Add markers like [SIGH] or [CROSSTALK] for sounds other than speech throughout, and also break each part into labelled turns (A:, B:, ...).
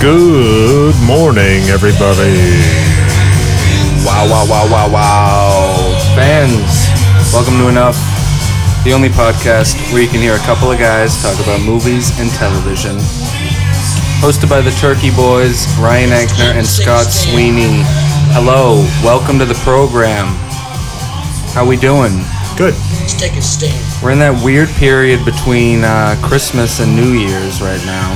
A: Good morning, everybody.
B: Wow, wow, wow, wow, wow. Fans, welcome to Enough, the only podcast where you can hear a couple of guys talk about movies and television. Hosted by the Turkey Boys, Ryan Ankner and Scott Sweeney. Hello, welcome to the program. How we doing?
A: Good.
C: Take a stand.
B: We're in that weird period between uh, Christmas and New Year's right now.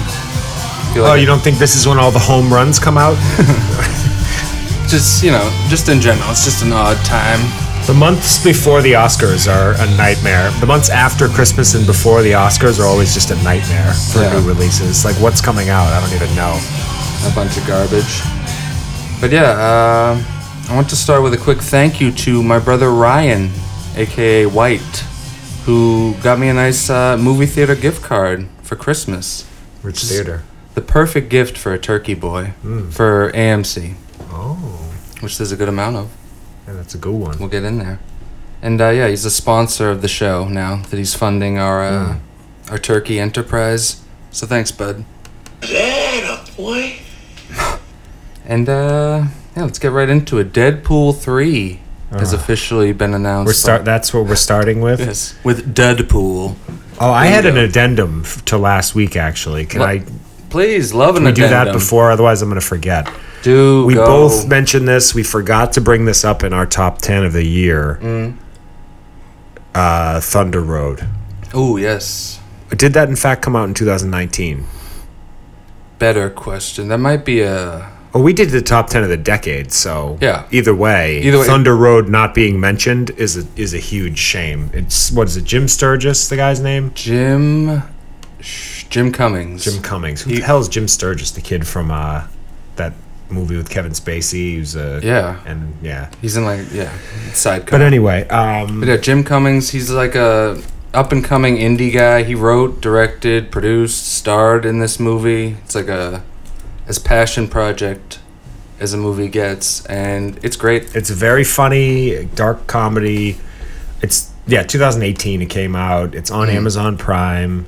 B: Feel
A: Oh,
B: like
A: you don't think this is when all the home runs come out?
B: just you know, just in general, it's just an odd time.
A: the months before the Oscars are a nightmare. The months after Christmas and before the Oscars are always just a nightmare for
B: Yeah.
A: new releases. Like, what's coming out? I don't even know.
B: a bunch of garbage. But yeah, uh, I want to start with a quick thank you to my brother Ryan, aka White, who got me a nice uh, movie theater gift card for Christmas.
A: Rich
B: Just-
A: Theater.
B: The perfect gift for a turkey boy for AMC,
A: Oh,
B: which there's a good amount of.
A: yeah, that's a good one.
B: We'll get in there. And uh, yeah, he's a sponsor of the show now that he's funding our uh,
A: Hmm.
B: our turkey enterprise. So thanks, bud.
C: That a boy.
B: [LAUGHS] And uh, yeah, let's get right into it. Deadpool three has officially been announced.
A: Uh-huh. We're start. That's what we're starting with.
B: Yes, with Deadpool.
A: Oh, I had an
B: Bingo.
A: addendum f- to last week. Actually, can
B: What?
A: I
B: Please love an
A: we do that
B: addendum.
A: before? Otherwise, I'm going to forget.
B: Do
A: We
B: go.
A: both mentioned this. We forgot to bring this up in our top 10 of the year.
B: Mm.
A: Uh, Thunder Road.
B: Oh yes,
A: Did that, in fact, come out in 2019?
B: better question. That might be a
A: Well, we did the top 10 of the decade, so
B: Yeah.
A: either way,
B: Either way-
A: Thunder Road not being mentioned is a, is a huge shame. It's, what is it, Jim Sturgis, the guy's name?
B: Jim. Sh- Jim Cummings.
A: Jim Cummings. Who the hell is Jim Sturgis, the kid from uh, that movie with Kevin Spacey? Who's a,
B: Yeah,
A: And yeah.
B: he's in like yeah sidecar.
A: But anyway, um,
B: But yeah, Jim Cummings, he's like a up and coming indie guy. He wrote, directed, produced, starred in this movie. It's like a as passion project as a movie gets, and it's great.
A: It's very funny, dark comedy. It's yeah, 2018 it came out. It's on Amazon Prime.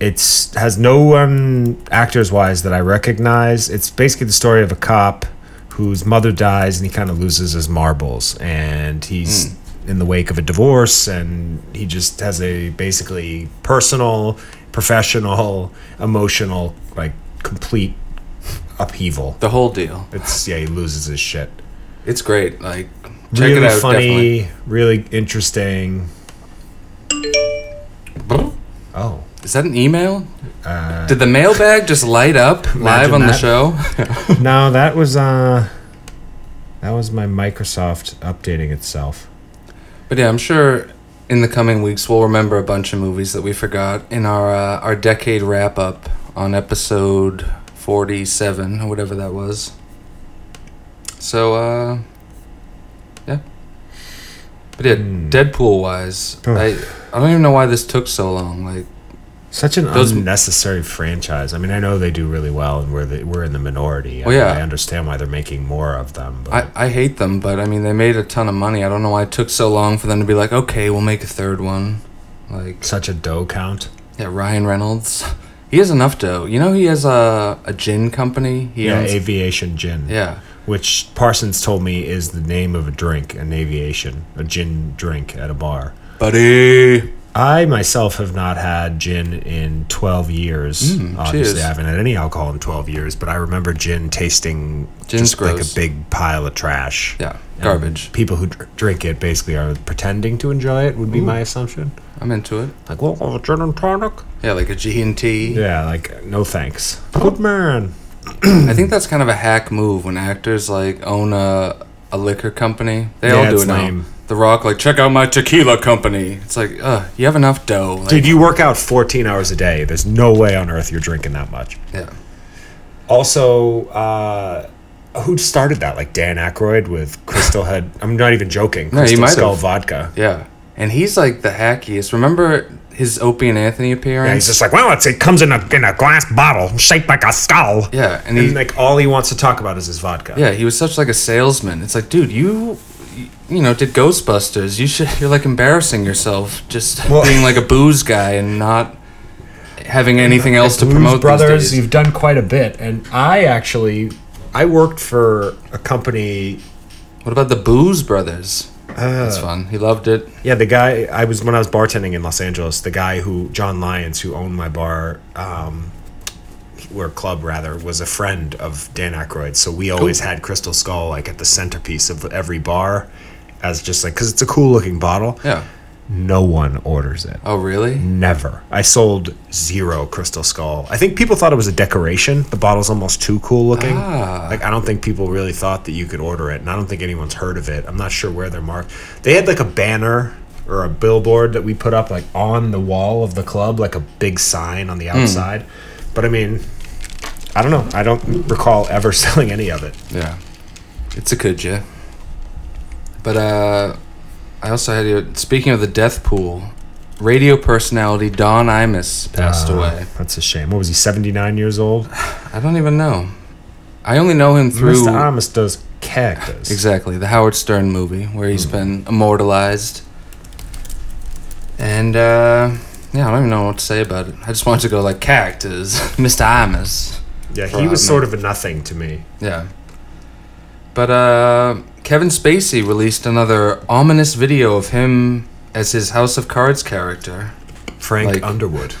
A: It's has no um, actors wise that I recognize. It's basically the story of a cop whose mother dies and he kind of loses his marbles and he's in the wake of a divorce and he just has a basically personal, professional, emotional like complete upheaval.
B: The whole deal.
A: It's yeah, he loses his shit
B: It's great. Like check
A: really
B: it out.
A: funny,
B: Funny.
A: really interesting.
B: Definitely.
A: Oh,
B: Is that an email? Did the mailbag just light up live
A: Uh, [LAUGHS] Imagine
B: on the
A: that.
B: show?
A: [LAUGHS] no, that was uh, that was my Microsoft updating itself.
B: But yeah, I'm sure in the coming weeks we'll remember a bunch of movies that we forgot in our uh, our decade wrap up on episode 47 or whatever that was. So uh yeah. But yeah, Deadpool wise,
A: Oof.
B: I I don't even know why this took so long. Like
A: Such an
B: Those-
A: unnecessary franchise. I mean, I know they do really well, and we're the, we're in the minority. I,
B: Well, Oh, yeah.
A: I understand why they're making more of them. But
B: I I hate them, but I mean they made a ton of money. I don't know why it took so long for them to be like, "Okay, we'll make a third one." Like
A: such a dough count.
B: Yeah, Ryan Reynolds. He has enough dough. You know, he has a a gin company. He
A: Yeah,
B: owns-
A: aviation gin.
B: yeah.
A: which Parsons told me is the name of a drink, an aviation, a gin drink at a bar.
B: Buddy.
A: I myself have not had gin in 12 years. Obviously,
B: Mm, cheers.
A: I haven't had any alcohol in 12 years, but I remember gin tasting
B: Gin's
A: just like a
B: gross.
A: big pile of trash.
B: Yeah,
A: And
B: garbage.
A: people who dr- drink it basically are pretending to enjoy it, would be my assumption.
B: I'm into it.
A: Like, well, oh, gin and tonic?
B: Yeah, like a G and T.
A: Yeah, like, no thanks. Good man.
B: I think that's kind of a hack move when actors like own a a liquor company. They
A: Yeah,
B: all do
A: it's
B: it now.
A: lame.
B: The Rock, like, check out my tequila company. It's like, uh, you have enough dough. Like,
A: Dude, you work out 14 hours a day. There's no way on earth you're drinking that much.
B: yeah.
A: Also, uh, who started that? Like Dan Aykroyd with Crystal Head. I'm not even joking.
B: No, he
A: Crystal
B: might
A: Skull
B: have.
A: Vodka.
B: Yeah. And he's like the hackiest. Remember his Opie and Anthony
A: And
B: appearance?
A: he's just like, well, it's, it comes in a, in a glass bottle, shaped like a skull.
B: yeah, and he
A: And like all he wants to talk about is his vodka.
B: Yeah, he was such like a salesman. It's like, dude, you, you know,
A: [LAUGHS]
B: did Ghostbusters. You should. You're like embarrassing yourself just
A: Well-
B: being like a booze guy and not having anything else to
A: Blues
B: promote
A: Brothers,
B: these days.
A: you've done quite a bit, and I actually, I worked for a company.
B: What about the Booze Brothers?
A: Ah.
B: That's fun. He loved it.
A: Yeah, the guy I was when I was bartending in Los Angeles, the guy who John Lyons, who owned my bar, um, or club rather, was a friend of Dan Aykroyd. So we always had Crystal Skull like at the centerpiece of every bar, as just like because it's a cool looking bottle.
B: Yeah.
A: No one orders it.
B: Oh, really?
A: Mm-hmm. Never. I sold zero Crystal Skull. I think people thought it was a decoration. The bottle's almost too cool looking.
B: Ah.
A: Like I don't think people really thought that you could order it, and I don't think anyone's heard of it. I'm not sure where they're marked. They had like a banner or a billboard that we put up like on the wall of the club, like a big sign on the
B: Hmm.
A: outside. But I mean, I don't know. I don't recall ever [LAUGHS] selling any of it.
B: Yeah. It's a good yeah. But uh I also had you speaking of the death pool, radio personality Don Imus passed
A: Uh,
B: away.
A: That's a shame. What was he? 79 years old.
B: I don't even know. I only know him through
A: Mr. Amos does cactus.
B: Exactly, the Howard Stern movie where he's been immortalized. And uh yeah, I don't even know what to say about it. I just wanted to go like characters, [LAUGHS] Mr. Imus.
A: Yeah,
B: For
A: he was
B: Imus.
A: sort of a nothing to me.
B: Yeah. But uh, Kevin Spacey released another ominous video of him as his House of Cards character,
A: Frank
B: Like-
A: Underwood.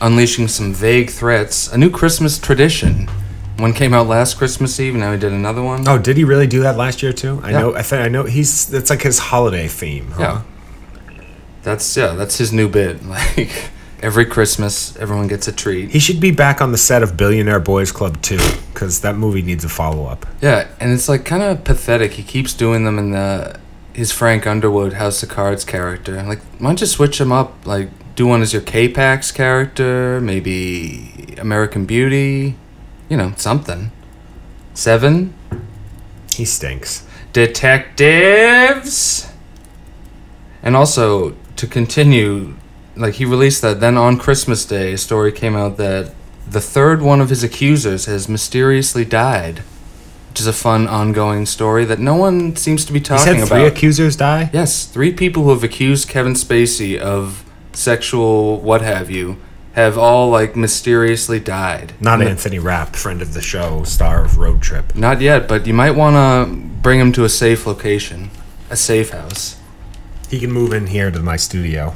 B: unleashing some vague threats. A new Christmas tradition. One came out last Christmas Eve, now he did another one.
A: Oh, did he really do that last year too? I
B: Yeah.
A: know. I think I know. He's that's like his holiday theme. Huh?
B: Yeah. That's yeah, that's his new bit. [LAUGHS] Like every Christmas everyone gets a treat.
A: He should be back on the set of Billionaire Boys Club too, because that movie needs a follow up.
B: Yeah, and it's like kind of pathetic. He keeps doing them in the his Frank Underwood House of Cards character. Like, why don't you switch him up? Like, do one as your K-Pax character, maybe American Beauty, you know, something. Seven
A: He stinks.
B: detectives, and also to continue, like he released that. Then on Christmas Day, a story came out that the third one of his accusers has mysteriously died, which is a fun ongoing story that no one seems to be
A: He's
B: talking
A: had three
B: about.
A: accusers die.
B: yes, three people who have accused Kevin Spacey of sexual what have you have all like mysteriously died.
A: Not
B: And the-
A: Anthony Rapp, friend of the show, star of Road Trip.
B: Not yet, but you might want to bring him to a safe location, a safe house.
A: He can move in here to my
B: [LAUGHS]
A: studio.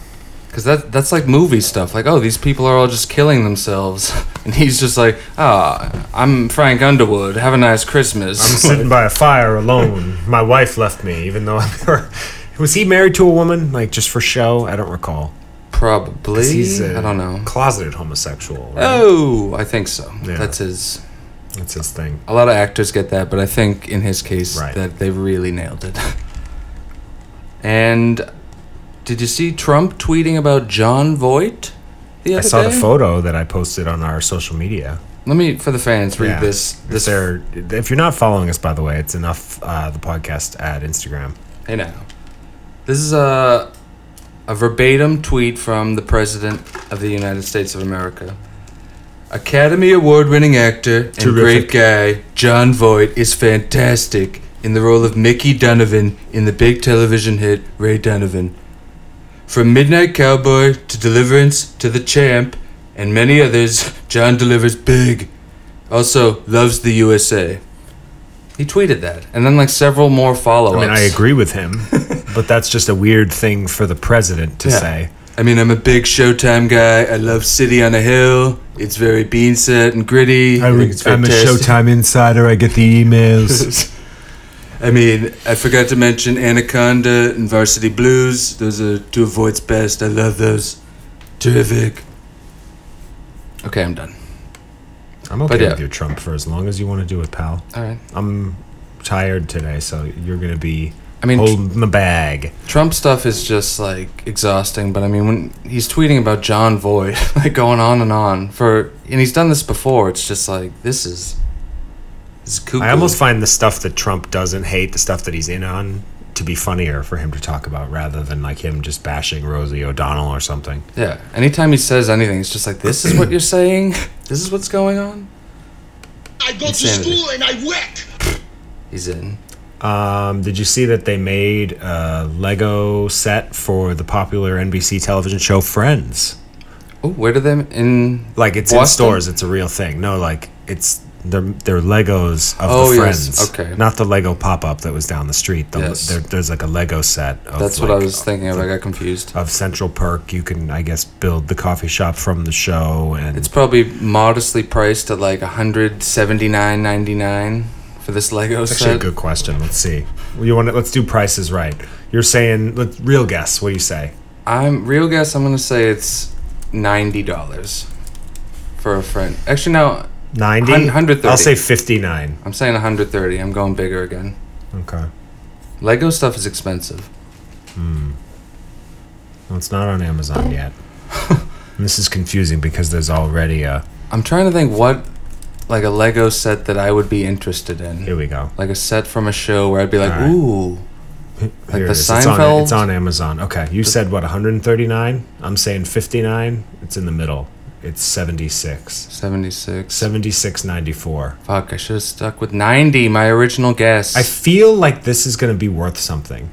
B: Cause that that's like movie stuff. Like, oh, these people are all just killing themselves, [LAUGHS] and he's just like, ah, I'm Frank Underwood. Have a nice Christmas.
A: I'm sitting by a fire alone. My wife left me, even though [LAUGHS] I'm. Was he married to a woman, like just for show? I don't recall.
B: [LAUGHS] Probably.
A: 'Cause He's a
B: I don't know.
A: Closeted homosexual. Right?
B: Oh, I think so.
A: Yeah.
B: That's his.
A: That's his thing.
B: A lot of actors get that, but I think in his case
A: Right.
B: that they really nailed it. and did you see Trump tweeting about John Voight? The
A: I
B: other
A: saw the
B: day?
A: photo that I posted on our social media.
B: Let me, for the fans, read
A: Yeah.
B: this.
A: This
B: This
A: there, if you're not following us, by the way, it's enough. Uh, the podcast at Instagram.
B: Hey now. This is a, a verbatim tweet from the President of the United States of America. Academy Award winning actor and
A: Terrific.
B: great guy John Voight is fantastic in the role of Mickey Donovan in the big television hit Ray Donovan. From Midnight Cowboy to Deliverance to The Champ and many others, John delivers big. Also, loves the USA. He tweeted that. And then, like, several more follow ups.
A: I mean, I agree with
B: [LAUGHS]
A: him, but that's just a weird thing for the president to
B: Yeah.
A: say.
B: I mean, I'm a big Showtime guy. I love City on a Hill. It's very bean set and gritty. I, think it's fantastic.
A: insider. I get the emails.
B: I mean, I forgot to mention Anaconda and Varsity Blues. Those are two of Voight's best. I love those. Terrific. Okay, I'm done.
A: [LAUGHS] I'm okay
B: yeah.
A: with your Trump for as long as you want to do it, pal.
B: All right.
A: I'm tired today, so you're gonna be
B: I mean, tr-
A: holding the bag.
B: Trump stuff is just like exhausting, but I mean, when he's tweeting about John Voight, [LAUGHS] like going on and on for, and he's done this before. It's just like this is, this is cuckoo.
A: I almost find the stuff that Trump doesn't hate, the stuff that he's in on, to be funnier for him to talk about rather than like him just bashing Rosie O'Donnell or something.
B: Yeah. Anytime he says anything, it's just like, this is what you're saying? [COUGHS] This is what's going on?
C: I go
B: Insanity.
C: to school and I work.
B: He's in.
A: Um, did you see that they made a Lego set for the popular NBC television show Friends?
B: Oh, where do them in?
A: Like it's in
B: Boston?
A: stores. It's a real thing. No, like it's they're they're Legos of
B: Oh,
A: the
B: yes,
A: friends.
B: okay.
A: Not the Lego pop up that was down the street. The,
B: Yes.
A: there, there's like a Lego set. Of
B: That's
A: like,
B: what I was thinking of. I got confused.
A: Of Central Park, you can I guess build the coffee shop from the show, and
B: It's probably modestly priced at like 179.99 for this Lego
A: That's actually
B: set.
A: a good question. Let's see. You want to, let's do prices right. You're saying let real guess. What do you say?
B: I'm real guess. I'm gonna say it's ninety dollars for a friend. Actually, no.
A: Ninety.
B: Hun- 130.
A: I'll say fifty-nine.
B: I'm saying 130. I'm going bigger again.
A: Okay.
B: Lego stuff is expensive.
A: Well, it's not on Amazon
B: [LAUGHS]
A: yet. And this is confusing because there's already a.
B: I'm trying to think what, like a Lego set that I would be interested in.
A: Here we go.
B: Like a set from a show where I'd be like,
A: All right.
B: ooh,
A: Here
B: the
A: it is. It's on,
B: Seinfeld?
A: it's on Amazon. Okay. You said what? One hundred and thirty-nine. I'm saying fifty-nine. It's in the middle. It's seventy-six.
B: 76.
A: Seventy-six ninety-four.
B: Fuck, I should have stuck with 90. My original guess.
A: I feel like this is going to be worth something.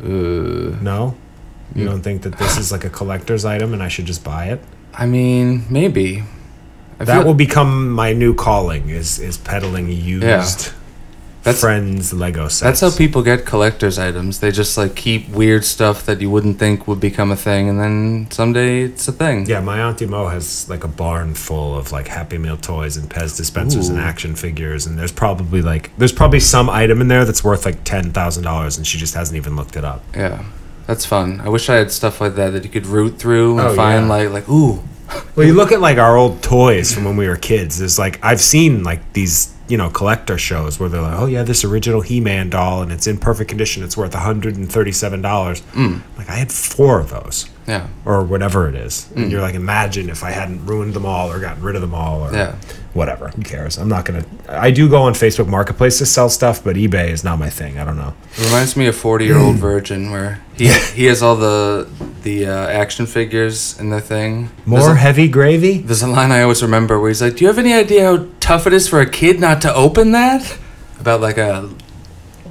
B: uh, Mm.
A: No. You don't think that this is like a collector's item and I should just buy it?
B: I mean, maybe. I
A: That
B: feel-
A: will become my new calling is is peddling used
B: That's-
A: friends Lego sets.
B: That's how people get collector's items. They just like keep weird stuff that you wouldn't think would become a thing, and then someday it's a thing.
A: Yeah, my auntie Mo has like a barn full of like Happy Meal toys and Pez dispensers and
B: Ooh.
A: action figures, and there's probably like there's probably some item in there that's worth like ten thousand dollars, and she just hasn't even looked it up.
B: Yeah, that's fun. I wish I had stuff like that that you could root through and
A: Oh,
B: find
A: yeah.
B: like like ooh.
A: Well, you look at like our old toys from when we were kids. There's like I've seen like these you know collector shows where they're like, oh yeah, this original He-Man doll, and it's in perfect condition. It's worth one hundred and thirty-seven dollars.
B: Hmm.
A: Like I had four of those.
B: Yeah,
A: or whatever it is.
B: Hmm.
A: And you're like, imagine if I hadn't ruined them all or gotten rid of them all or
B: Yeah.
A: whatever. Who cares? I'm not going to. I do go on Facebook Marketplace to sell stuff, but eBay is not my thing. I don't know.
B: it reminds me of forty
A: [CLEARS THROAT]
B: year old virgin where he he has all the the uh, action figures in the thing.
A: More
B: There's a,
A: heavy gravy?
B: there's a line I always remember where he's like, "Do you have any idea how tough it is for a kid not to open that?" About like a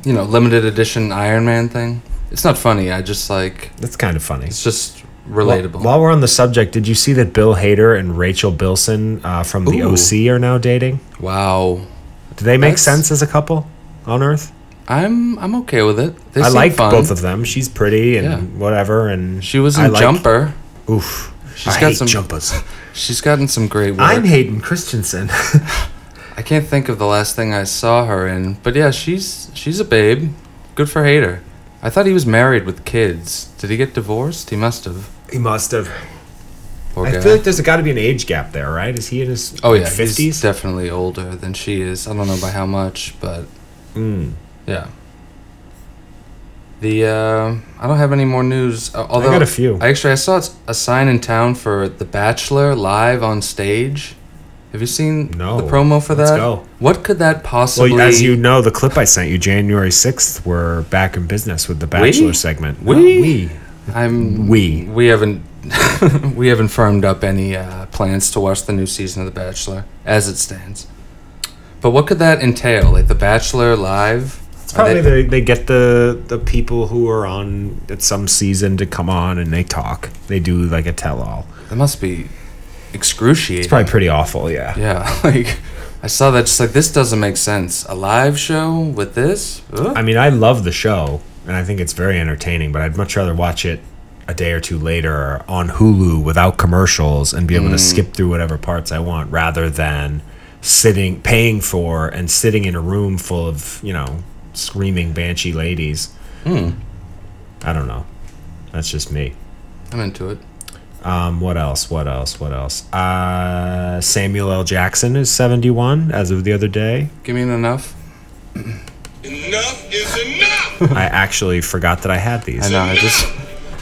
B: you know limited edition Iron Man thing. It's not funny. I just like.
A: That's kind of funny.
B: It's just relatable.
A: While, while we're on the subject, did you see that Bill Hader and Rachel Bilson uh, from The
B: Ooh.
A: OC are now dating?
B: wow.
A: Do they make
B: That's-
A: sense as a couple on Earth?
B: I'm I'm okay with it. They
A: I
B: seem
A: like
B: fun.
A: both of them. She's pretty and
B: Yeah.
A: whatever, and
B: She was in
A: I like-
B: Jumper.
A: Oof,
B: She's
A: I
B: got
A: hate
B: some-
A: jumpers.
B: She's gotten some great work.
A: I'm Hayden Christensen. [LAUGHS]
B: I can't think of the last thing I saw her in, but yeah, she's she's a babe. Good for Hater. I thought he was married with kids. Did he get divorced? He must have.
A: he must have.
B: Poor
A: I
B: guy.
A: feel like there's got to be an age gap there, right? Is he in his
B: oh yeah, he's
A: fifties?
B: definitely older than she is. I don't know by how much, but
A: mm.
B: yeah. The uh, I don't have any more news. uh,
A: I
B: Although
A: got a few.
B: I Actually, I saw it's- a sign in town for The Bachelor live on stage. Have you seen
A: No.
B: the promo for
A: Let's
B: that?
A: go.
B: What could that possibly?
A: well, as you know, the clip I sent you January sixth, we're back in business with the Bachelor segment.
B: We?
A: No, we.
B: I'm
A: We.
B: we haven't [LAUGHS] we haven't firmed up any uh, plans to watch the new season of The Bachelor as it stands. But what could that entail? Like The Bachelor live?
A: It's probably they, they get the the people who are on at some season to come on and they talk. They do like a tell all.
B: that must be excruciating.
A: It's probably pretty awful. Yeah.
B: yeah, [LAUGHS] like I saw that. Just like this doesn't make sense. A live show with this? Ugh.
A: I mean, I love the show and I think it's very entertaining, but I'd much rather watch it a day or two later on Hulu without commercials and be able to skip through whatever parts I want rather than sitting paying for and sitting in a room full of, you know, screaming banshee ladies. Hmm. I don't know. That's just me.
B: I'm into it.
A: Um, what else? What else? What else? Uh, Samuel L. Jackson is 71 as of the other
B: [LAUGHS]
A: day.
B: Give me an enough.
C: Enough is enough.
A: I actually forgot that I had these.
B: I know. I just.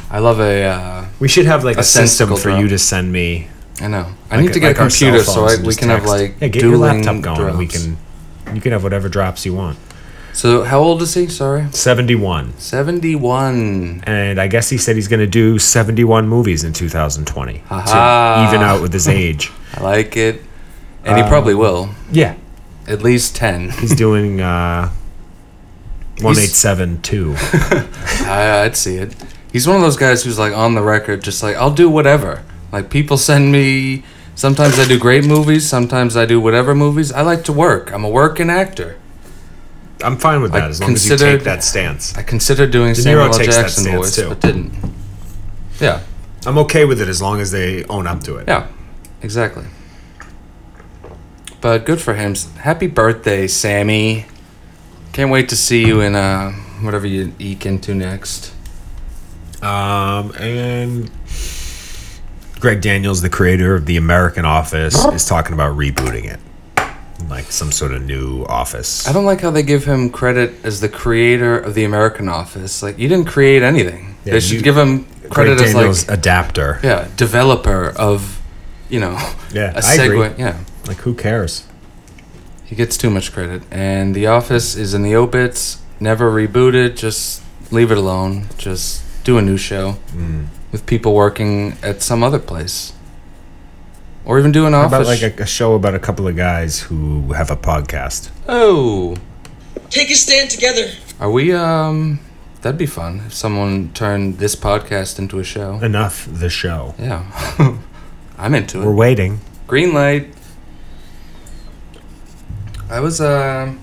B: I love a. Uh,
A: We should have like a,
B: A
A: system
B: sensical
A: for
B: drop.
A: you to send me.
B: I know. I need to get
A: like
B: a
A: our cell
B: computer so
A: phones
B: I,
A: and
B: we
A: just
B: can have
A: text.
B: like
A: yeah, get your
B: dueling
A: laptop going. We
B: drafts.
A: can you can have whatever drops you want.
B: So how old is he? Sorry,
A: Seventy one,
B: seventy-one.
A: and I guess he said he's going to do seventy one movies in two thousand twenty to
B: Aha.
A: even out with his
B: [LAUGHS]
A: age.
B: I like it, and
A: Um,
B: he probably will.
A: yeah,
B: At least ten. [LAUGHS]
A: he's doing uh, one eight seven
B: [LAUGHS]
A: two.
B: I, I'd see it. He's one of those guys who's like on the record, just like I'll do whatever. Like people send me. Sometimes I do great movies. Sometimes I do whatever movies. I like to work. I'm a working actor.
A: I'm fine with that
B: I
A: as long as you take
B: considered-
A: that stance.
B: I considered doing
A: Niro
B: Samuel L.
A: takes that
B: Jackson
A: stance,
B: voice,
A: too.
B: but didn't. Yeah,
A: I'm okay with it as long as they own up to it.
B: yeah, exactly. But good for him. Happy birthday, Sammy. Can't wait to see you in uh, whatever you eke into next.
A: Um, and Greg Daniels, the creator of The American Office, is talking about rebooting it, like some sort of new office.
B: I don't like how they give him credit as the creator of the American Office. Like you didn't create anything.
A: Yeah,
B: they should
A: you-
B: give him
A: Greg
B: credit as
A: Daniels
B: like
A: adapter.
B: yeah, developer of, you know,
A: Yeah,
B: [LAUGHS] a
A: I agree.
B: segue. Yeah.
A: Like who cares?
B: He gets too much credit. And The Office is in the obits. Never reboot it. Just leave it alone. Just do a new show
A: Mm.
B: with people working at some other place. Or even do an
A: How
B: office.
A: about like a, a show about a couple of guys who have a podcast?
B: oh,
C: [LAUGHS] Take a stand together.
B: are we? Um, that'd be fun if someone turned this podcast into a
A: [LAUGHS]
B: show.
A: Enough the show.
B: Yeah, [LAUGHS] I'm into it.
A: We're waiting.
B: Green light. I was uh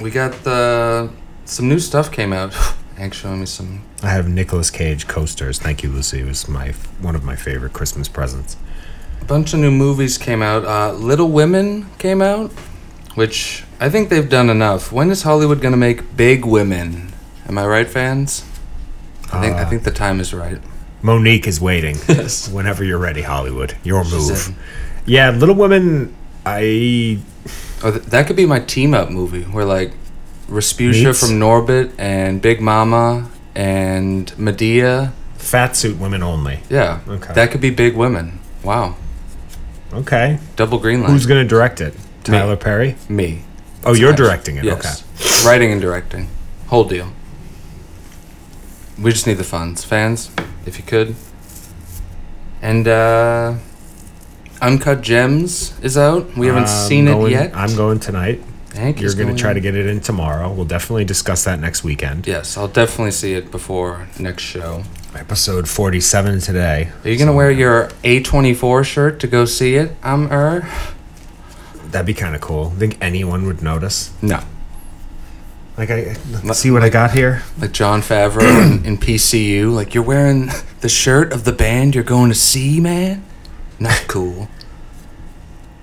B: we got the some new stuff came out. [SIGHS] Hank showing me some
A: I have Nicolas Cage coasters. Thank you, Lucy. It was my one of my favorite Christmas presents.
B: a bunch of new movies came out. Uh Little Women came out, which I think they've done enough. When is Hollywood gonna make Big Women? Am I right, fans? I think I think the time is right.
A: Monique is waiting.
B: [LAUGHS] Yes.
A: Whenever you're ready, Hollywood. Your
B: She's
A: move.
B: in.
A: Yeah, Little Women. I
B: Oh, th- that could be my team up movie where like Respucia
A: Meets?
B: from Norbit and Big Mama and Medea
A: fat suit women only.
B: Yeah.
A: Okay.
B: That could be big women. Wow.
A: Okay.
B: Double green line.
A: Who's gonna direct it? Tyler Perry.
B: me?
A: Oh, you're directing it.
B: Yes.
A: Okay.
B: Writing and directing. Whole deal. We just need the funds. Fans, if you could. And uh Uncut Gems is out. We haven't
A: I'm
B: seen
A: going-
B: it yet.
A: I'm going tonight.
B: Hank
A: You're
B: is
A: gonna
B: going.
A: try to get it in tomorrow. We'll definitely discuss that next weekend.
B: Yes, I'll definitely see it before next show.
A: Episode 47 today.
B: Are you gonna wear your A24 shirt to go see it? I'm er.
A: That'd be kind of cool. Think anyone would notice?
B: No.
A: Like I I- see what I got here.
B: like John Favreau
A: [CLEARS THROAT]
B: in, in PCU. Like you're wearing the shirt of the band you're going to see, man. Not cool.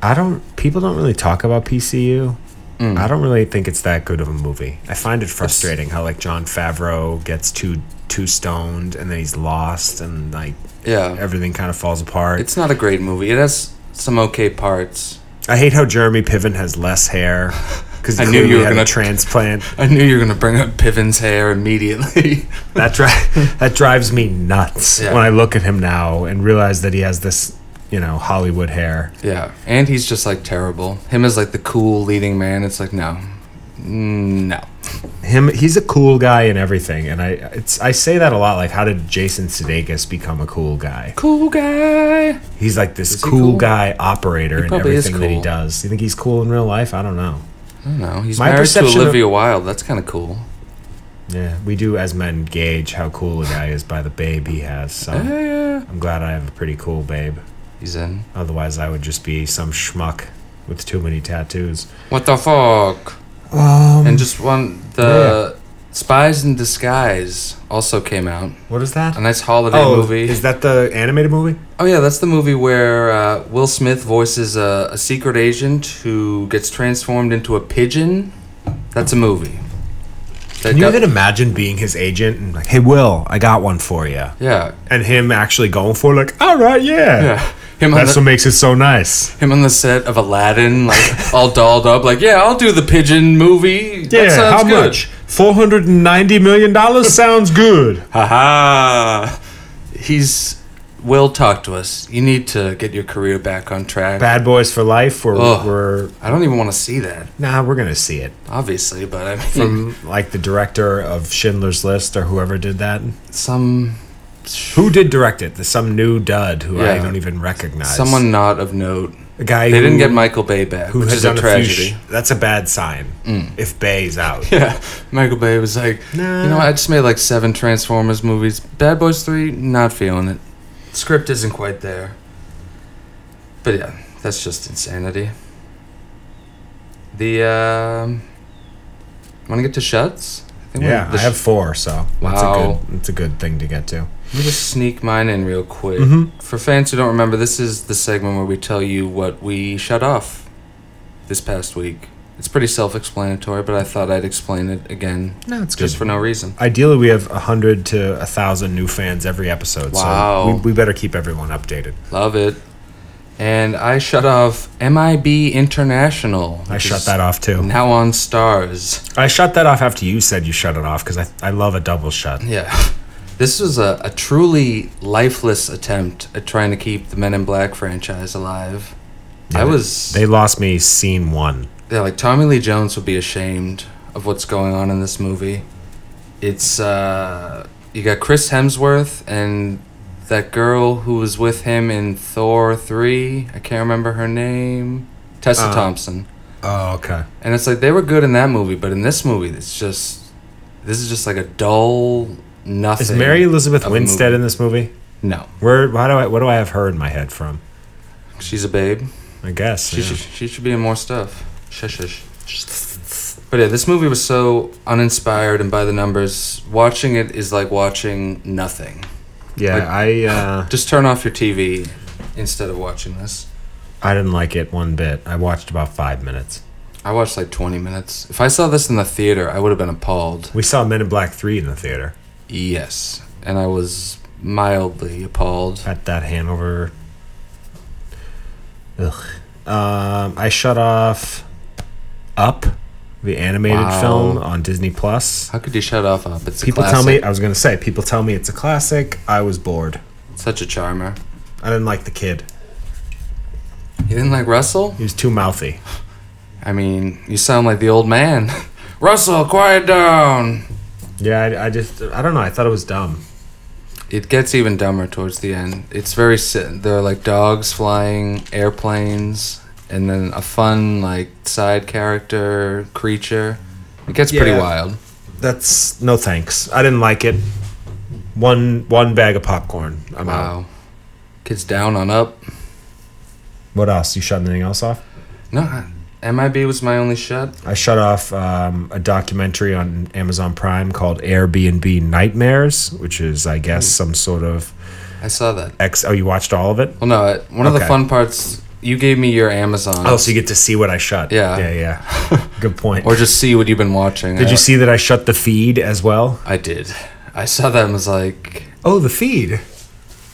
A: I don't. People don't really talk about PCU.
B: Mm.
A: I don't really think it's that good of a movie. I find it frustrating how like John Favreau gets too too stoned and then he's lost and like
B: Yeah,
A: everything kind of falls apart.
B: it's not a great movie. It has some okay parts.
A: I hate how Jeremy Piven has less
B: [LAUGHS]
A: hair because
B: I
A: he
B: knew you
A: clearly
B: were
A: had
B: gonna-
A: a
B: [LAUGHS]
A: transplant.
B: I knew you were gonna bring up Piven's hair immediately. [LAUGHS]
A: That dri- that drives me nuts
B: Yeah.
A: when I look at him now and realize that he has this you know Hollywood hair.
B: yeah, and he's just like terrible. Him as like the cool leading man. It's like no, Mm, no.
A: him he's a cool guy and everything and i it's i say that a lot like how did jason sudeikis become a cool guy
B: Cool guy.
A: he's like this
B: he
A: cool,
B: cool?
A: guy operator in
B: probably is
A: everything that he
B: cool.
A: does you think he's cool in real life i don't know
B: I don't know. He's
A: My
B: married to
A: perception of-
B: Olivia Wilde. That's kind of cool.
A: yeah we do as men gauge how cool a guy is by the babe he has so
B: Yeah, yeah.
A: i'm glad i have a pretty cool babe
B: He's in.
A: otherwise i would just be some schmuck with too many tattoos
B: What the fuck?
A: Um,
B: and just one, the Spies in Disguise also came out.
A: what is that
B: A nice holiday
A: oh
B: movie.
A: is that the animated movie
B: oh yeah, that's the movie where uh, Will Smith voices a, a secret agent who gets transformed into a pigeon. That's a movie. That
A: can you
B: got-
A: even imagine being his agent and like hey will i got one for you
B: yeah,
A: and him actually going for it, like, all right, yeah. [LAUGHS]
B: yeah. Him on,
A: That's
B: the,
A: what makes it so nice.
B: him on the set of Aladdin, like all dolled up, like yeah, I'll do the pigeon movie. That
A: Yeah,
B: sounds
A: how
B: good.
A: much? Four hundred and ninety million dollars sounds good.
B: Haha. He's Will talk to us. You need to get your career back on track.
A: Bad Boys for Life. We're,
B: Ugh.
A: we're
B: I don't even want to see that,
A: nah, we're gonna see it
B: obviously, but I mean,
A: from like the director of Schindler's List or whoever did that.
B: some
A: Who did direct it? There's some new dud who I
B: Yeah.
A: don't even recognize.
B: someone not of note.
A: a guy
B: They
A: who,
B: didn't get Michael Bay back,
A: who
B: which
A: has
B: is a
A: done a few.
B: tragedy. Mm.
A: Sh- that's a bad sign. If Bay's
B: [LAUGHS]
A: out,
B: yeah, Michael Bay was like,
A: Nah.
B: you know, what? I just made like seven Transformers movies. Bad Boys Three, not feeling it. script isn't quite there. But yeah, that's just insanity. The um, want to get to shuts? I think we're-
A: Yeah,
B: the
A: I have four, so that's
B: Wow.
A: a good that's a good thing to get to.
B: Let me just sneak mine in real quick.
A: Mhm.
B: For fans who don't remember, this is the segment where we tell you what we shut off this past week. It's pretty self-explanatory, but I thought I'd explain it again
A: No, it's good.
B: just for no reason.
A: Ideally, we have hundred to thousand new fans every episode,
B: Wow.
A: so we, we better keep everyone updated.
B: Love it. And I shut off MIB International.
A: I shut that off too.
B: Now on Stars.
A: I shut that off after you said you shut it off because I, I love a double shut.
B: Yeah. [LAUGHS] This was a, a truly lifeless attempt at trying to keep the Men in Black franchise alive. I
A: they-
B: was.
A: They lost me scene one.
B: yeah, like Tommy Lee Jones would be ashamed of what's going on in this movie. It's. uh You got Chris Hemsworth and that girl who was with him in Thor 3. I can't remember her name. Tessa
A: Uh,
B: Thompson.
A: Oh, okay.
B: And it's like they were good in that movie, but in this movie, it's just. This is just like a dull nothing.
A: Is Mary Elizabeth
B: of a
A: Winstead
B: movie.
A: in this movie?
B: No.
A: Where? Why do I? What do I have her in my head from?
B: She's a babe.
A: I guess.
B: She,
A: yeah.
B: should, she should be in more stuff. Shush,
A: [LAUGHS]
B: shush. But yeah, this movie was so uninspired and by the numbers. Watching it is like watching nothing.
A: Yeah,
B: like-
A: I uh,
B: Just turn off your TV instead of watching this.
A: [LAUGHS] I didn't like it one bit. I watched about five minutes.
B: I watched like 20 minutes. If I saw this in the theater, I would have been appalled.
A: We saw Men in Black three in the theater
B: Yes. And I was mildly appalled.
A: at that Hanover. Ugh. Um, I shut off Up, the animated
B: Wow.
A: film on Disney Plus.
B: How could you shut off up? It's a
A: People
B: classic.
A: tell me I was gonna say people tell me it's a classic. I was bored.
B: Such a charmer.
A: I didn't like the kid.
B: You didn't like Russell?
A: He was too mouthy.
B: I mean, you sound like the old man. [LAUGHS] Russell, quiet down.
A: Yeah, I, I just I don't know. I thought it was dumb.
B: It gets even dumber towards the end. It's very si- there are like dogs flying, airplanes, and then a fun like side character creature. It gets pretty
A: Yeah.
B: wild.
A: That's no thanks. I didn't like it. One one bag of popcorn. I'm out.
B: Wow. Kids down on up.
A: What else? You shut anything else off?
B: No, I- MIB was my only shut.
A: I shut off um, a documentary on Amazon Prime called Airbnb Nightmares, which is, I guess,
B: Hmm.
A: some sort of
B: I saw that.
A: ex. Oh, you watched all of it?
B: Well, no, I- one of the
A: Okay.
B: fun parts you gave me your Amazon.
A: Oh, so you get to see what I shut.
B: Yeah.
A: Yeah,
B: [LAUGHS]
A: yeah. Good point.
B: or just see what you've been watching.
A: Did
B: I-
A: you see that I shut the feed as well?
B: I did. I saw that and was like,
A: Oh, the feed.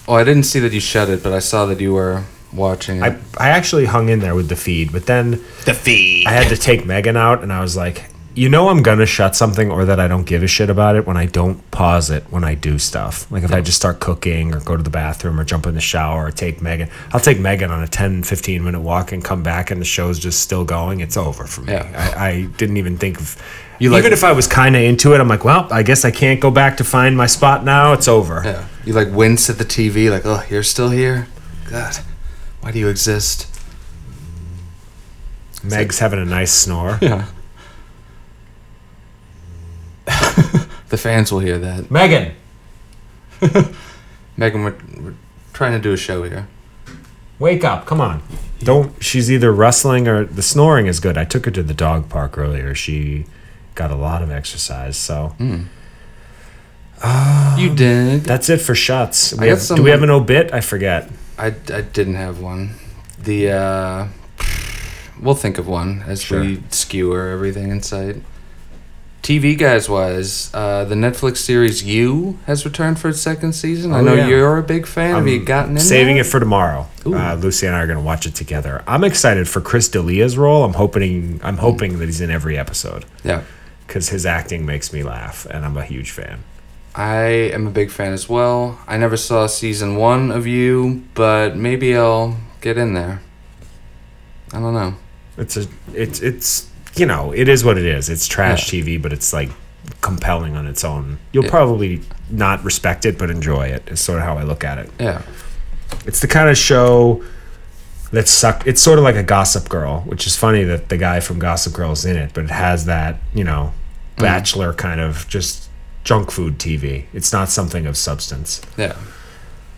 B: oh, I didn't see that you shut it, but I saw that you were watching it.
A: I, I actually hung in there with the feed, but then
B: the feed.
A: I had to take Megan out, and I was like, you know, I'm gonna shut something or that I don't give a shit about it when I don't pause it when I do stuff. Like if I just start cooking or go to the bathroom or jump in the shower or take Megan, I'll take Megan on a 10, 15 minute walk and come back, and the show's just still going. It's over for me.
B: Yeah.
A: I, I didn't even think of.
B: You like-
A: even if I was kind of into it, I'm like, well, I guess I can't go back to find my spot now. It's over.
B: Yeah. You like wince at the TV, like, oh, you're still here? God, why do you exist?
A: Meg's having a nice snore. [LAUGHS]
B: Yeah. [LAUGHS] the fans will hear that.
A: Megan.
B: Megan, we're, we're trying to do a show here.
A: Wake up, come on. Don't she's either rustling or the snoring is good. I took her to the dog park earlier. She got a lot of exercise, so
B: Hmm. you did.
A: that's it for shuts.
B: I
A: We
B: got
A: have, do
B: some-
A: we have an obit? I forget.
B: I, I didn't have one. The, uh, we'll think of one as
A: Sure.
B: we skewer everything in sight. TV guys wise, uh, the Netflix series You has returned for its second season. I
A: Oh,
B: know
A: yeah.
B: you're a big fan. Have you
A: I'm
B: gotten in
A: Saving
B: there?
A: it for tomorrow.
B: Ooh.
A: Uh, Lucy and I are going to watch it together. I'm excited for Chris D'Elia's role. I'm hoping I'm hoping that he's in every episode
B: Yeah.
A: because his acting makes me laugh, and I'm a huge fan.
B: I am a big fan as well. I never saw season one of you, but maybe I'll get in there. I don't know.
A: It's a it's it's you know it is what it is. It's trash TV, but it's like compelling on its own. You'll
B: Yeah.
A: probably not respect it, but enjoy it. Is sort of how I look at it.
B: Yeah.
A: It's the kind of show that sucked. It's sort of like a Gossip Girl, which is funny that the guy from Gossip Girl is in it, but it has that you know
B: Mm-hmm.
A: bachelor kind of just junk food TV. It's not something of substance.
B: Yeah.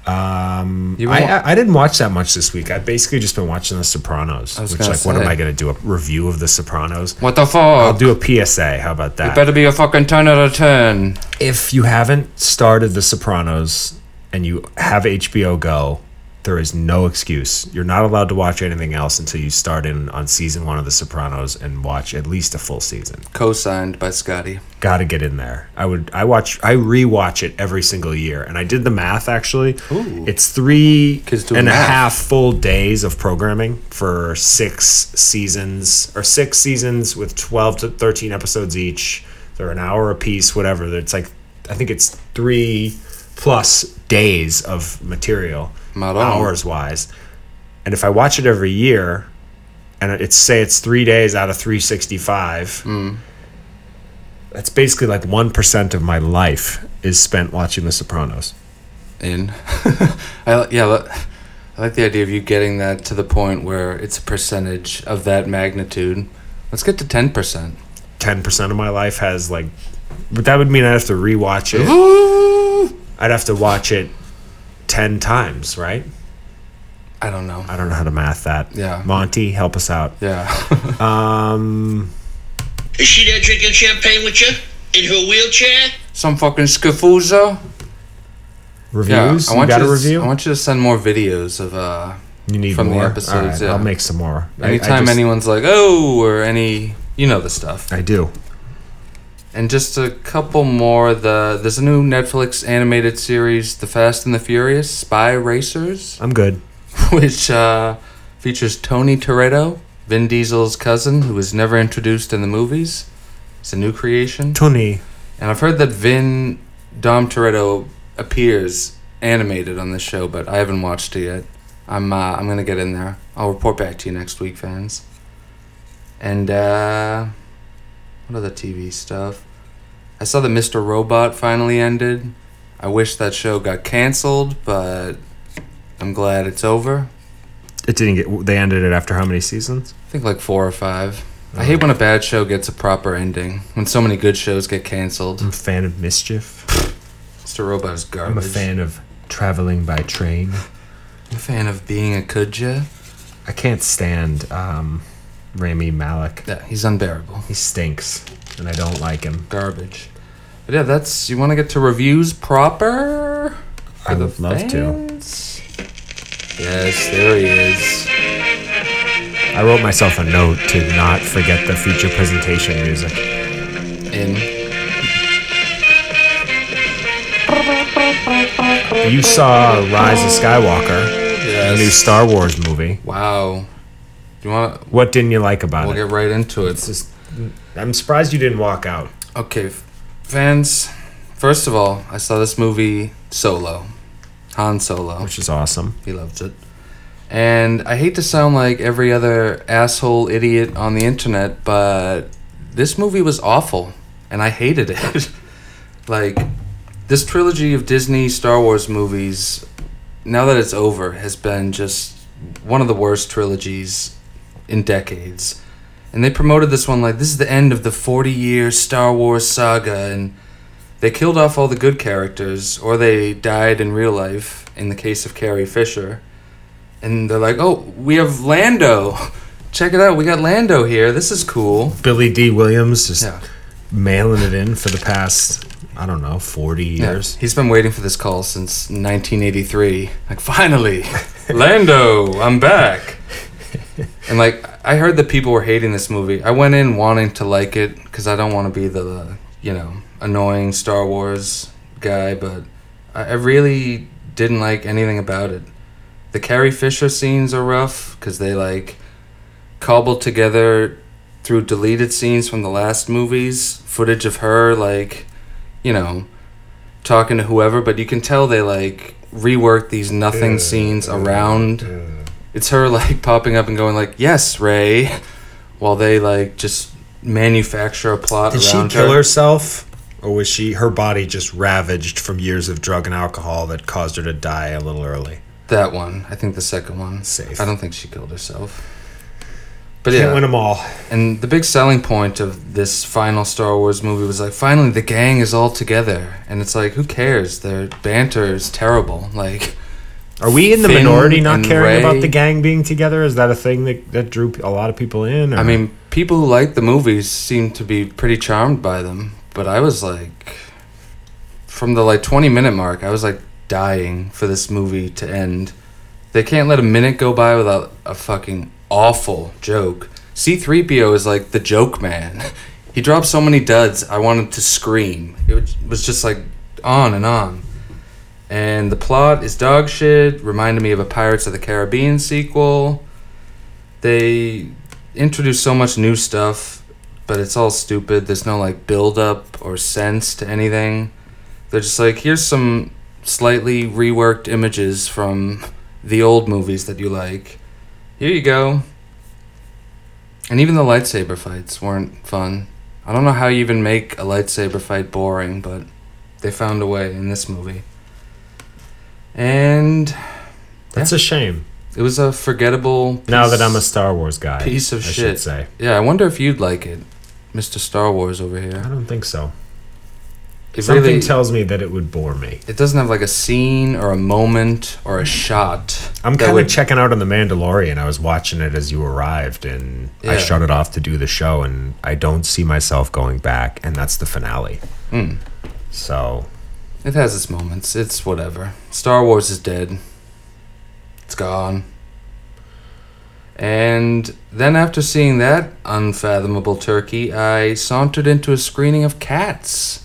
A: Um,
B: You
A: I,
B: won't-
A: I I didn't watch that much this week. I've basically just been watching The Sopranos.
B: was
A: Which,
B: gonna
A: like, what am
B: say.
A: I going to do? A review of The Sopranos?
B: What the fuck?
A: I'll do a PSA. How about that?
B: it better be a fucking 10 out of 10.
A: if you haven't started The Sopranos and you have HBO Go, there is no excuse. You're not allowed to watch anything else until you start in on season one of The Sopranos and watch at least a full season.
B: Co-signed by Scotty.
A: Got to get in there. I would. I watch. I rewatch it every single year, and I did the math actually.
B: Ooh.
A: It's three
B: Kids doing
A: and a
B: math.
A: half full days of programming for six seasons or six seasons with twelve to thirteen episodes each. They're an hour apiece, whatever. It's like I think it's three plus days of material,
B: Not all.
A: hours wise. And if I watch it every year, and it's say it's three days out of 365
B: Hmm.
A: that's basically like 1% of my life is spent watching the sopranos
B: in. [LAUGHS] I, li- yeah, li- I like the idea of you getting that to the point where it's a percentage of that magnitude. Let's get to 10%.
A: 10% of my life has like but that would mean i'd have to rewatch it
B: Ooh!
A: i'd have to watch it 10 times right
B: I don't know.
A: i don't know how to math that
B: Yeah.
A: monty help us out
B: Yeah. [LAUGHS]
A: um
C: Is she there drinking champagne with you? In her wheelchair?
B: Some fucking scafuzo. Yeah,
A: reviews
B: I
A: you
B: want
A: got
B: you
A: a
B: to,
A: review
B: I want you to send more videos of uh
A: you need
B: from the
A: more
B: episodes, yeah.
A: i'll make some more I- I
B: anytime
A: just-
B: anyone's like, "Oh," or any, you know the stuff.
A: i do
B: And just a couple more. The there's a new Netflix animated series, The Fast and the Furious Spy Racers,
A: i'm good
B: [LAUGHS] which uh, features Tony Toretto, Vin Diesel's cousin, who was never introduced in the movies. It's a new creation,
A: tony
B: and I've heard that Vin Dom Toretto appears animated on this show, but I haven't watched it yet. I'm uh, I'm gonna get in there. I'll report back to you next week, fans. And uh, what other TV stuff? I saw that Mr. Robot finally ended. I wish that show got canceled, but I'm glad it's over.
A: it didn't get they ended it after how many seasons
B: I think like four or five. I hate when a bad show gets a proper ending. When so many good shows get canceled.
A: i'm a fan of mischief
B: Mr. Robot is garbage.
A: Mm. i'm a fan of traveling by train
B: You a fan of being a kudja?
A: I can't stand um, Rami Malik.
B: Yeah, he's unbearable.
A: He stinks, and I don't like him.
B: Garbage. But yeah, that's you want to get to reviews proper.
A: I would love to.
B: to. Yes, there he is.
A: I wrote myself a note to not forget the feature presentation music.
B: In
A: You saw Rise of Skywalker, the new
B: yes.
A: Star Wars movie.
B: Wow. You want? to
A: What didn't you like about
B: We'll
A: it?
B: get right into it.
A: It's just, I'm surprised you didn't walk out.
B: Okay, f- fans. First of all, I saw this movie solo. Han Solo.
A: Which is awesome.
B: He loves it. And I hate to sound like every other asshole idiot on the internet, but this movie was awful, and I hated it. [LAUGHS] like, this trilogy of Disney Star Wars movies, now that it's over, has been just one of the worst trilogies in decades. And they promoted this one like this is the end of the 40 year Star Wars saga, and they killed off all the good characters, or they died in real life, in the case of Carrie Fisher. And they're like, oh, we have Lando. [LAUGHS] Check it out, we got Lando here. This is cool.
A: Billy D. Williams just
B: Yeah.
A: mailing it in for the past, I don't know, 40 years.
B: Yeah, He's been waiting for this call since 1983. Like, finally, [LAUGHS] Lando, I'm back. And like, I heard that people were hating this movie. I went in wanting to like it because I don't want to be the, you know, annoying Star Wars guy, but I, I really didn't like anything about it. The Carrie Fisher scenes are rough because they like cobbled together through deleted scenes from the last movies, footage of her like, you know, talking to whoever, but you can tell they like reworked these nothing scenes around it's her [LAUGHS] like popping up and going like, "Yes, Ray," [LAUGHS] while they like just manufacture a plot
A: Did she
B: around
A: kill
B: her.
A: herself, or was she her body just ravaged from years of drug and alcohol that caused her to die a little early?
B: That one, I think the second one.
A: Safe.
B: I don't think she killed herself. But
A: Can't
B: yeah,
A: win them all.
B: and the big selling point of this final Star Wars movie was like, finally the gang is all together, and it's like, who cares? Their banter is terrible. Like,
A: Are we in the
B: Finn
A: minority not
B: and
A: caring
B: Ray.
A: about the gang being together? Is that a thing that, that drew p- a lot of people in? or-
B: I mean, people who like the movies seem to be pretty charmed by them, but I was like, from the like 20 minute mark, I was like dying for this movie to end. They can't let a minute go by without a fucking awful joke. C3PO is like the joke man. [LAUGHS] He dropped so many duds, I wanted to scream. It was- was just like on and on. And the plot is dog shit, reminded me of a Pirates of the Caribbean sequel. They introduce so much new stuff, but it's all stupid. There's no like build up or sense to anything. They're just like, here's some slightly reworked images from the old movies that you like. Here you go. And even the lightsaber fights weren't fun. I don't know how you even make a lightsaber fight boring, but they found a way in this movie. And
A: that's a shame.
B: it was a forgettable.
A: Now that
B: piece-
A: I'm a Star Wars guy,
B: piece of
A: I
B: shit.
A: should say.
B: Yeah, I wonder if you'd like it, Mr. Star Wars over
A: I
B: here.
A: don't think so.
B: It
A: Something
B: really
A: tells me that it would bore me.
B: it doesn't have like a scene or a moment or a shot.
A: I'm
B: that
A: kind of
B: would-
A: checking out on The Mandalorian. I was watching it as you arrived, and
B: Yeah.
A: I shut it off to do the show, and I don't see myself going back, and that's the finale.
B: Mm.
A: So,
B: It has its moments. It's whatever. Star Wars is dead. It's gone. And then after seeing that unfathomable turkey, I sauntered into a screening of Cats.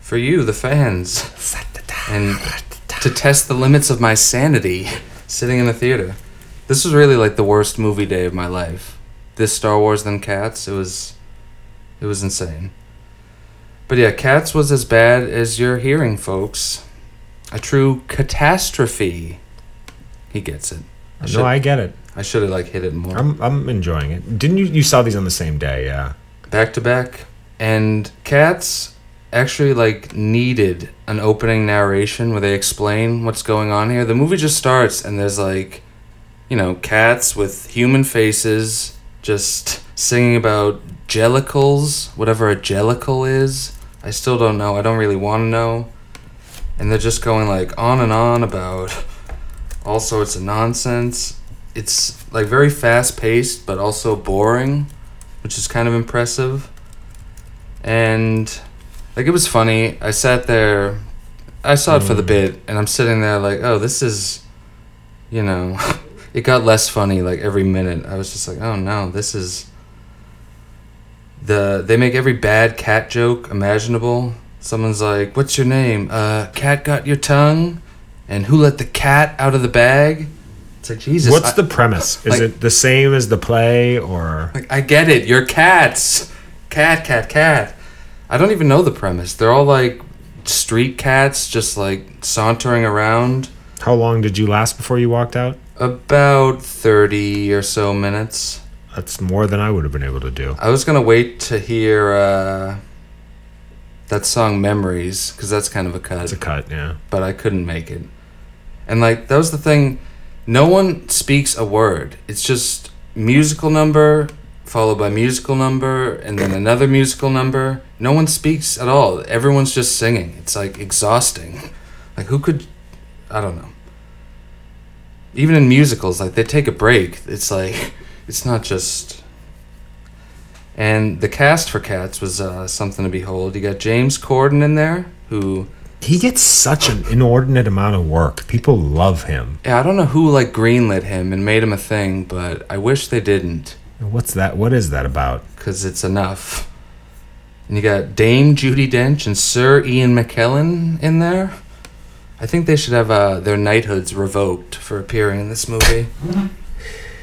B: For you, the fans. And to test the limits of my sanity, [LAUGHS] sitting in a theater. This was really like the worst movie day of my life. This Star Wars than Cats, it was it was insane. But yeah, Cats was as bad as you're hearing, folks. A true catastrophe. He gets it. I should,
A: no, I get it.
B: I should have like hit it more.
A: I'm, I'm enjoying it. Didn't you? You saw these on the same day, yeah.
B: back to back and cats actually like needed an opening narration where they explain what's going on here the movie just starts and there's like you know cats with human faces just singing about jellicles whatever a jellicle is i still don't know i don't really want to know and they're just going like on and on about all sorts of nonsense it's like very fast paced but also boring which is kind of impressive. And like it was funny. I sat there, I saw it for
A: Mm.
B: the bit, and I'm sitting there like, oh, this is, you know, [LAUGHS] it got less funny like every minute. I was just like, oh no, this is. The they make every bad cat joke imaginable. Someone's like, "What's your name? Uh, cat got your tongue," and who let the cat out of the bag? It's like Jesus.
A: What's
B: I-
A: the premise? Is
B: like-
A: it the same as the play, or
B: like, I get it. You're cats. Cat, cat, cat. I don't even know the premise. They're all like street cats, just like sauntering around.
A: how long did you last before you walked out?
B: About 30 or so minutes.
A: That's more than I would have been able to do.
B: I was going to wait to hear uh, that song Memories, because that's kind of a cut.
A: It's a cut, yeah.
B: but I couldn't make it. And like that was the thing, no one speaks a word. It's just musical number followed by musical number and then another musical number. No one speaks at all. Everyone's just singing. It's like exhausting. [LAUGHS] Like who could I don't know. Even in musicals like they take a break. It's like [LAUGHS] it's not just and the cast for Cats was uh, something to behold. You got James Corden in there, who
A: He gets such an inordinate amount of work. People love him.
B: Yeah, I don't know who like greenlit him and made him a thing, but I wish they didn't,
A: What's that? What is that about?
B: cause it's enough. And you got Dame Judy Dench and Sir Ian McKellen in there. I think they should have uh, their knighthoods revoked for appearing in this movie.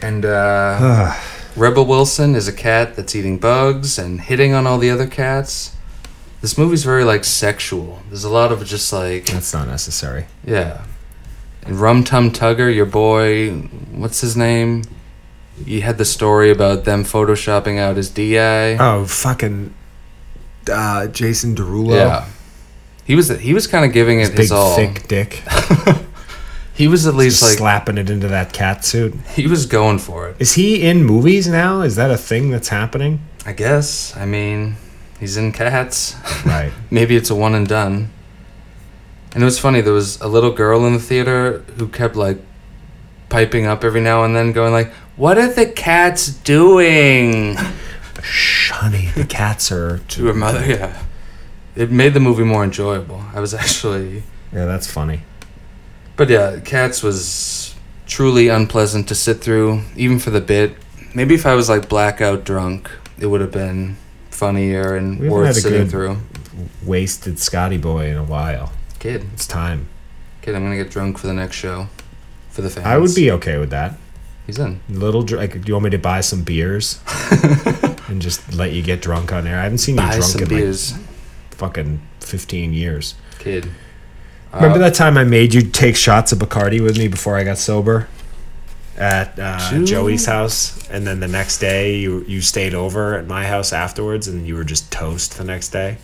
B: And uh, Rebel Wilson is a cat that's eating bugs and hitting on all the other cats. This movie's very like sexual. There's a lot of just like
A: That's not necessary.
B: Yeah. And Rum Tum Tugger, your boy, what's his name? You had the story about them photoshopping out his DI.
A: Oh, fucking uh, Jason Derulo.
B: yeah. He was he was kind of giving it
A: His
B: his,
A: big
B: all.
A: thick
B: [LAUGHS]
A: dick.
B: He was at
A: He's
B: least like
A: slapping it into that cat suit.
B: he was going for it.
A: Is he in movies now? Is that a thing that's happening?
B: I guess. I mean, he's in cats. [LAUGHS]
A: Right.
B: Maybe it's a one and done. And it was funny. There was a little girl in the theater who kept like piping up every now and then, going like, "What are the cats doing?"
A: Shh, honey, the cats are.
B: to her mother. [LAUGHS] Yeah, it made the movie more enjoyable. I was actually,
A: Yeah, that's funny.
B: but yeah, Cats was truly unpleasant to sit through, even for the bit. Maybe if I was like blackout drunk, it would have been funnier and
A: We haven't
B: worth
A: had a
B: sitting
A: good-
B: through.
A: Wasted Scotty boy in a while.
B: Kid,
A: It's time.
B: kid, I'm gonna get drunk for the next show, for the fans.
A: I would be okay with that.
B: He's in.
A: Little, dr- like, do you want me to buy some
B: [LAUGHS]
A: beers and just let you get drunk on air? I haven't seen you
B: Buy
A: drunk
B: some
A: in
B: beers,
A: like fucking fifteen years.
B: kid. Uh,
A: Remember that time I made you take shots of Bacardi with me before I got sober at uh,
B: Dude.
A: Joey's house, and then the next day you you stayed over at my house afterwards, and you were just toast the next day.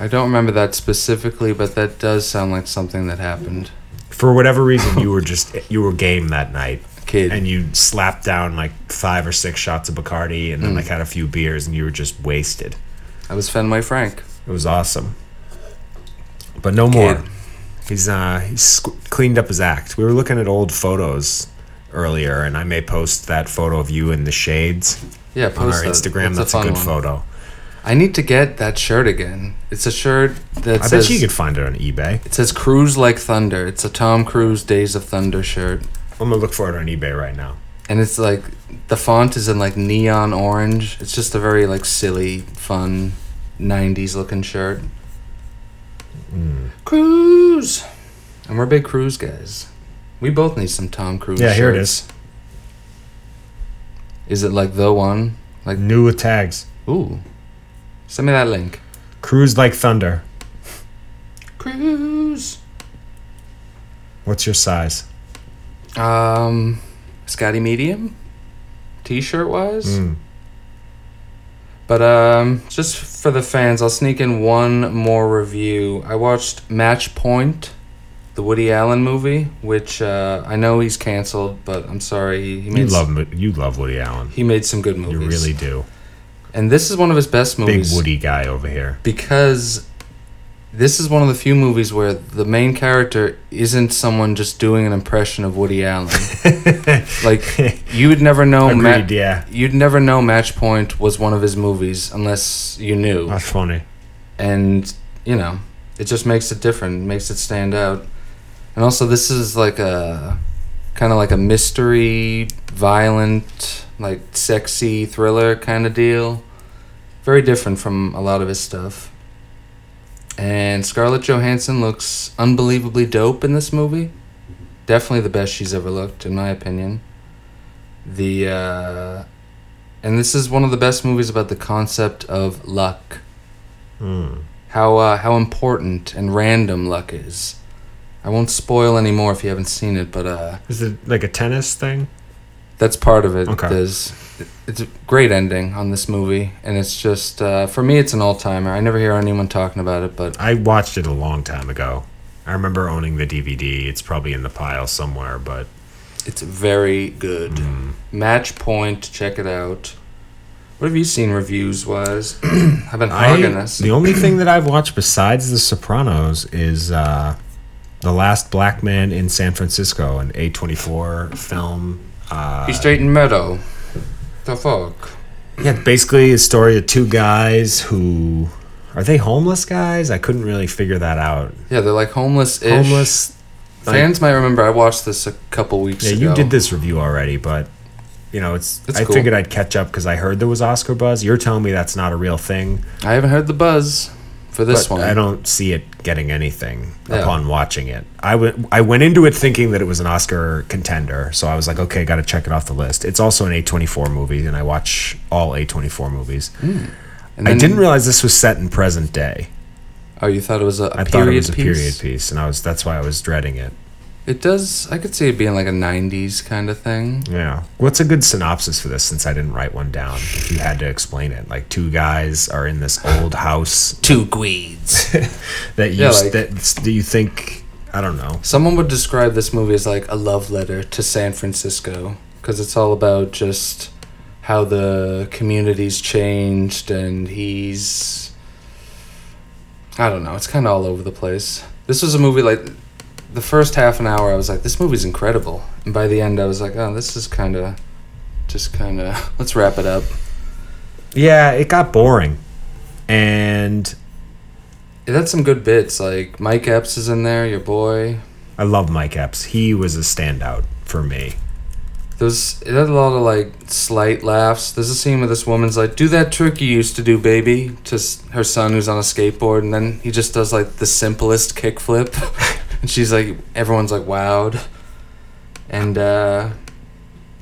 B: I don't remember that specifically, but that does sound like something that happened.
A: For whatever reason,
B: [LAUGHS]
A: you were just you were game that night,
B: Kid,
A: and you slapped down like five or six shots of Bacardi, and then like had a few beers, and you were just wasted.
B: I was Fenway Frank.
A: It was awesome. But no more.
B: Kid.
A: He's uh he's squ- cleaned up his act. We were looking at old photos earlier and I may post that photo of you in the shades
B: Yeah,
A: on
B: post
A: our
B: that.
A: Instagram. That's, a,
B: fun
A: good
B: one.
A: photo.
B: I need to get that shirt again. It's a shirt that
A: I
B: says
A: bet you could find it on eBay.
B: it says "Cruise Like Thunder." It's a Tom Cruise "Days of Thunder" shirt,
A: I'm gonna look for it on eBay right now.
B: and it's like the font is in like neon orange. It's just a very like silly, fun '90s looking shirt.
A: Hmm.
B: Cruise, and we're big Cruise guys. We both need some Tom Cruise.
A: Yeah, here it
B: shirts.
A: is.
B: Is it like the one? Like
A: New with tags.
B: ooh, send me that link.
A: Cruise like thunder.
B: Cruise.
A: What's your size?
B: Um, Scotty medium, t-shirt wise.
A: Mm.
B: But um, just for the fans, I'll sneak in one more review. I watched Match Point, the Woody Allen movie, which uh, I know he's canceled, but I'm sorry. He, he
A: You
B: made
A: love mo- you love Woody Allen.
B: he made some good movies.
A: You really do.
B: and this is one of his best
A: Big
B: movies
A: Woody guy over here.
B: because this is one of the few movies where the main character isn't someone just doing an impression of Woody Allen.
A: [LAUGHS]
B: like you would never know Ma-
A: Agreed, yeah.
B: you'd never know Match Point was one of his movies unless you knew.
A: That's funny.
B: and you know, it just makes it different, makes it stand out. And also this is like a kind of like a mystery, violent, like sexy thriller kind of deal. Very different from a lot of his stuff. And Scarlett Johansson looks unbelievably dope in this movie. Definitely the best she's ever looked, in my opinion. The uh, and this is one of the best movies about the concept of luck.
A: Hmm.
B: How uh, how important and random luck is. I won't spoil any more if you haven't seen it, but uh,
A: Is it like a tennis thing?
B: that's part of it.
A: Okay.
B: There's, it's a great ending on this movie, and it's just uh, for me, it's an all timer. I never hear anyone talking about it, but
A: I watched it a long time ago. I remember owning the DVD. It's probably in the pile somewhere, but
B: it's very good.
A: Mm-hmm.
B: Match Point, check it out. What have you seen
A: [CLEARS THROAT]
B: reviews wise? I've been
A: I
B: hogging this.
A: the only thing that I've watched besides The Sopranos is uh, The Last Black Man in San Francisco, an A24 film. Uh,
B: He's straight in meadow. The fuck.
A: yeah, basically a story of two guys who are they homeless guys? I couldn't really figure that out.
B: Yeah, they're like homeless.
A: Homeless. like-
B: Fans might remember I watched this a couple weeks
A: Yeah,
B: ago.
A: you did this review already, but you know it's.
B: It's
A: I
B: cool.
A: figured I'd catch up because I heard there was Oscar buzz. You're telling me that's not a real thing.
B: I haven't heard the buzz for this
A: but
B: one.
A: I don't see it getting anything
B: Yeah.
A: upon watching it. I went I went into it thinking that it was an Oscar contender, so I was like, okay, got to check it off the list. It's also an A24 movie, and I watch all A24 movies.
B: And
A: I
B: then-
A: didn't realize this was set in present day.
B: Oh, you thought it was a, a
A: I
B: period
A: thought it was a
B: piece?
A: period piece, and I was that's why I was dreading it.
B: It does. I could see it being like a '90s kind of thing.
A: Yeah. What's a good synopsis for this since I didn't write one down? If you had to explain it, like two guys are in this old house
B: Two Gweeds.
A: that you
B: Yeah,
A: s
B: like-
A: that s- do you think I don't know.
B: Someone would describe this movie as like a love letter to San Francisco because it's all about just how the community's changed and he's I don't know. It's kind of all over the place. This was a movie like the first half an hour. I was like, this movie's incredible, and by the end, I was like, oh, this is kind of just kind of [LAUGHS] let's wrap it up.
A: Yeah, it got boring. And
B: It had some good bits. Like Mike Epps is in there, your boy.
A: I love Mike Epps. He was a standout for me.
B: There's it had a lot of like slight laughs. There's a scene where this woman's like, "Do that trick you used to do, baby," to s- her son who's on a skateboard, and then he just does like the simplest kickflip, [LAUGHS] and she's like, everyone's like wowed, and uh,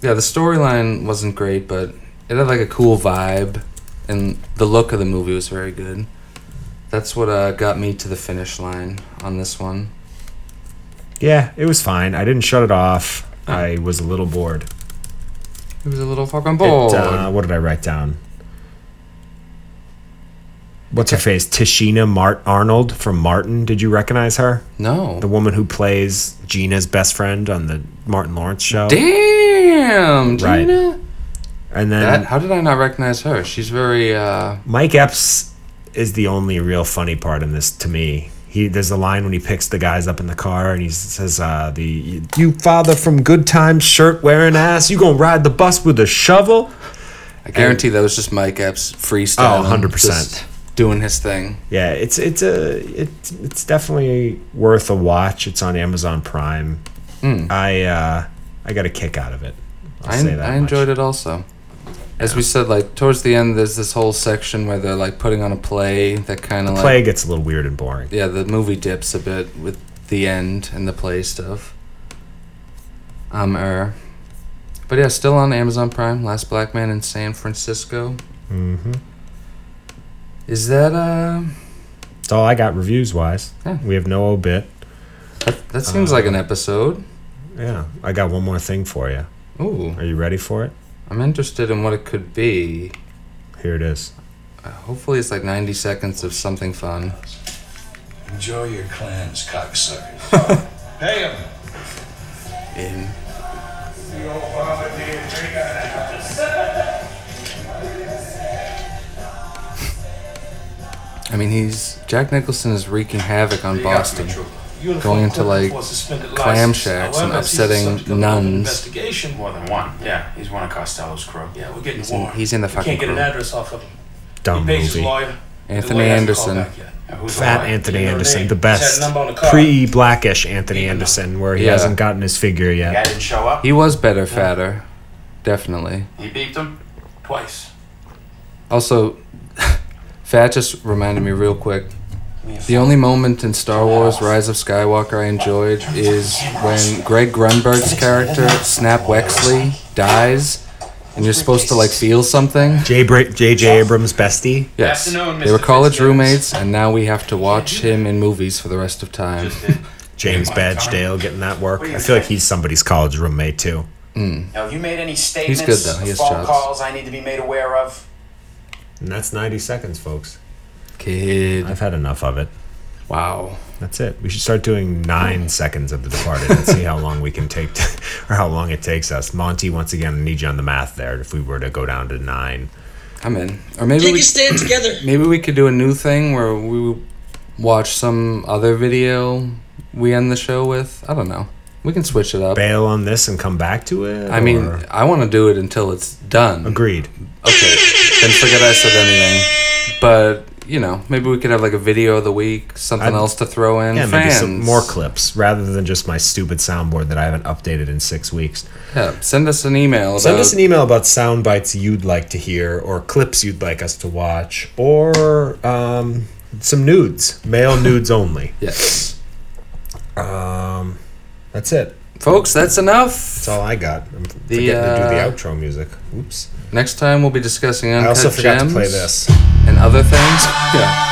B: yeah, the storyline wasn't great, but it had like a cool vibe, and the look of the movie was very good. That's what uh, got me to the finish line on this one.
A: Yeah, it was fine. I didn't shut it off. I was a little bored.
B: It was a little fucking
A: It,
B: bored.
A: uh, what did I write down? What's her face? Tishina Mart Arnold from Martin. Did you recognize her?
B: no.
A: The woman who plays Gina's best friend on the Martin Lawrence show.
B: Damn, Gina.
A: Right. and then
B: That, how did I not recognize her? She's very. Uh,
A: Mike Epps is the only real funny part in this to me. He there's a line when he picks the guys up in the car and he says, uh, "The you father from Good Times shirt wearing ass, you gonna ride the bus with a shovel?"
B: I guarantee that was just Mike Epps freestyle.
A: Oh, 100%.
B: Doing his thing.
A: Yeah, it's it's a it's it's definitely worth a watch. It's on Amazon Prime. I uh, I got a kick out of it. I'll
B: Hmm. I,
A: say that
B: I enjoyed it also. As we said, like towards the end, there's this whole section where they're like putting on a play that kind of like
A: Play gets a little weird and boring.
B: yeah, the movie dips a bit with the end and the play stuff. Um, er. But yeah, still on Amazon Prime. Last Black Man in San Francisco.
A: Mm-hmm.
B: Is that uh?
A: That's all I got reviews wise.
B: Yeah.
A: We have no obit.
B: That, that
A: Uh,
B: seems like an episode.
A: Yeah, I got one more thing for you.
B: Ooh,
A: Are you ready for it?
B: I'm interested in what it could be.
A: Here it is.
B: Uh, Hopefully, it's like 90 seconds of something fun.
D: Enjoy your cleanse, cocksuckers. Pay him.
B: In I mean, he's Jack Nicholson is wreaking havoc on Boston. Going into, like, clam shacks and upsetting nuns.
D: Investigation.
E: More than one. Yeah, he's one of Costello's crew.
D: Yeah, we're getting
B: in-
D: warned.
B: he's in the
D: We
B: fucking
D: Can't get an
B: crew. Oh,
D: address off of him.
A: Dumb
D: He pays his
A: movie.
D: lawyer. The
B: Anthony
D: lawyer hasn't called
B: Anderson.
D: back yet.
E: Yeah, who's the
A: Fat
E: lawyer?
A: Anthony
D: You know
A: Anderson,
D: name.
A: the
D: He's
A: best
D: had a number on the card.
A: pre blackish Anthony Anderson, where he
B: Yeah.
A: hasn't gotten his figure yet.
E: Guy didn't show up.
B: He was better, fatter, definitely.
E: He beeped him.
D: Twice.
B: Also, [LAUGHS] Fat just reminded me real quick. The only moment in Star Wars Rise of Skywalker I enjoyed is when Greg Grunberg's character, Snap Wexley, dies, and you're supposed to like feel something.
A: J. Bra- J.J. Abrams' bestie.
B: Yes.
E: Afternoon,
B: They were
E: Mr.
B: college
E: Fitzgibbons.
B: roommates, and now we have to watch him in movies for the rest of time. [LAUGHS]
A: James Badgedale getting that work. I feel like he's somebody's college roommate too.
E: Now, have you made any statements?
B: though. He has
E: phone
B: chops.
E: calls I need to be made aware of.
A: And that's 90 seconds, folks.
B: Kid.
A: I've had enough of it.
B: Wow.
A: That's it. We should start doing nine seconds of The Departed and see how long we can take, to, [LAUGHS] or how long it takes us. Monty, once again, I need you on the math there. If we were to go down to nine,
B: I'm in. Or maybe
C: Take
B: we,
C: a stand together.
B: maybe we could do a new thing where we watch some other video we end the show with. I don't know. We can switch it up.
A: bail on this and come back to it.
B: I mean,
A: or-
B: I want to do it until it's done.
A: agreed.
B: Okay, then forget I said anything. But you know, maybe we could have like a video of the week, something
A: I'd-
B: else to throw in.
A: Yeah,
B: Fans.
A: maybe some more clips rather than just my stupid soundboard that I haven't updated in six weeks.
B: Yeah, send us an email.
A: Send
B: about-
A: us an email about sound bites you'd like to hear, or clips you'd like us to watch, or um, some nudes, male nudes
B: [LAUGHS]
A: only.
B: Yes,
A: Um, that's it.
B: folks, that's enough.
A: That's all I got. I'm
B: The,
A: forgetting
B: uh,
A: to do the outro music. Oops.
B: Next time we'll be discussing uncut
A: I also forgot
B: gems
A: to play this.
B: and other things. Yeah,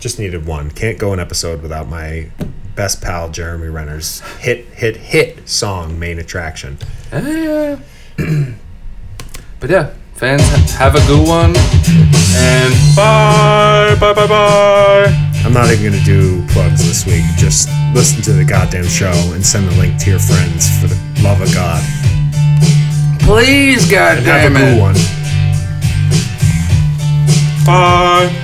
A: Just needed one. Can't go an episode without my best pal Jeremy Renner's hit, hit, hit song main attraction.
B: yeah, yeah. yeah. [CLEARS THROAT] but yeah, fans, have a good one, and bye, bye, bye, bye.
A: I'm not even going to do plugs this week. Just listen to the goddamn show and send the link to your friends for the love of God.
B: Please,
A: Have a
B: goddamn
A: good
B: it.
A: one.
B: Bye.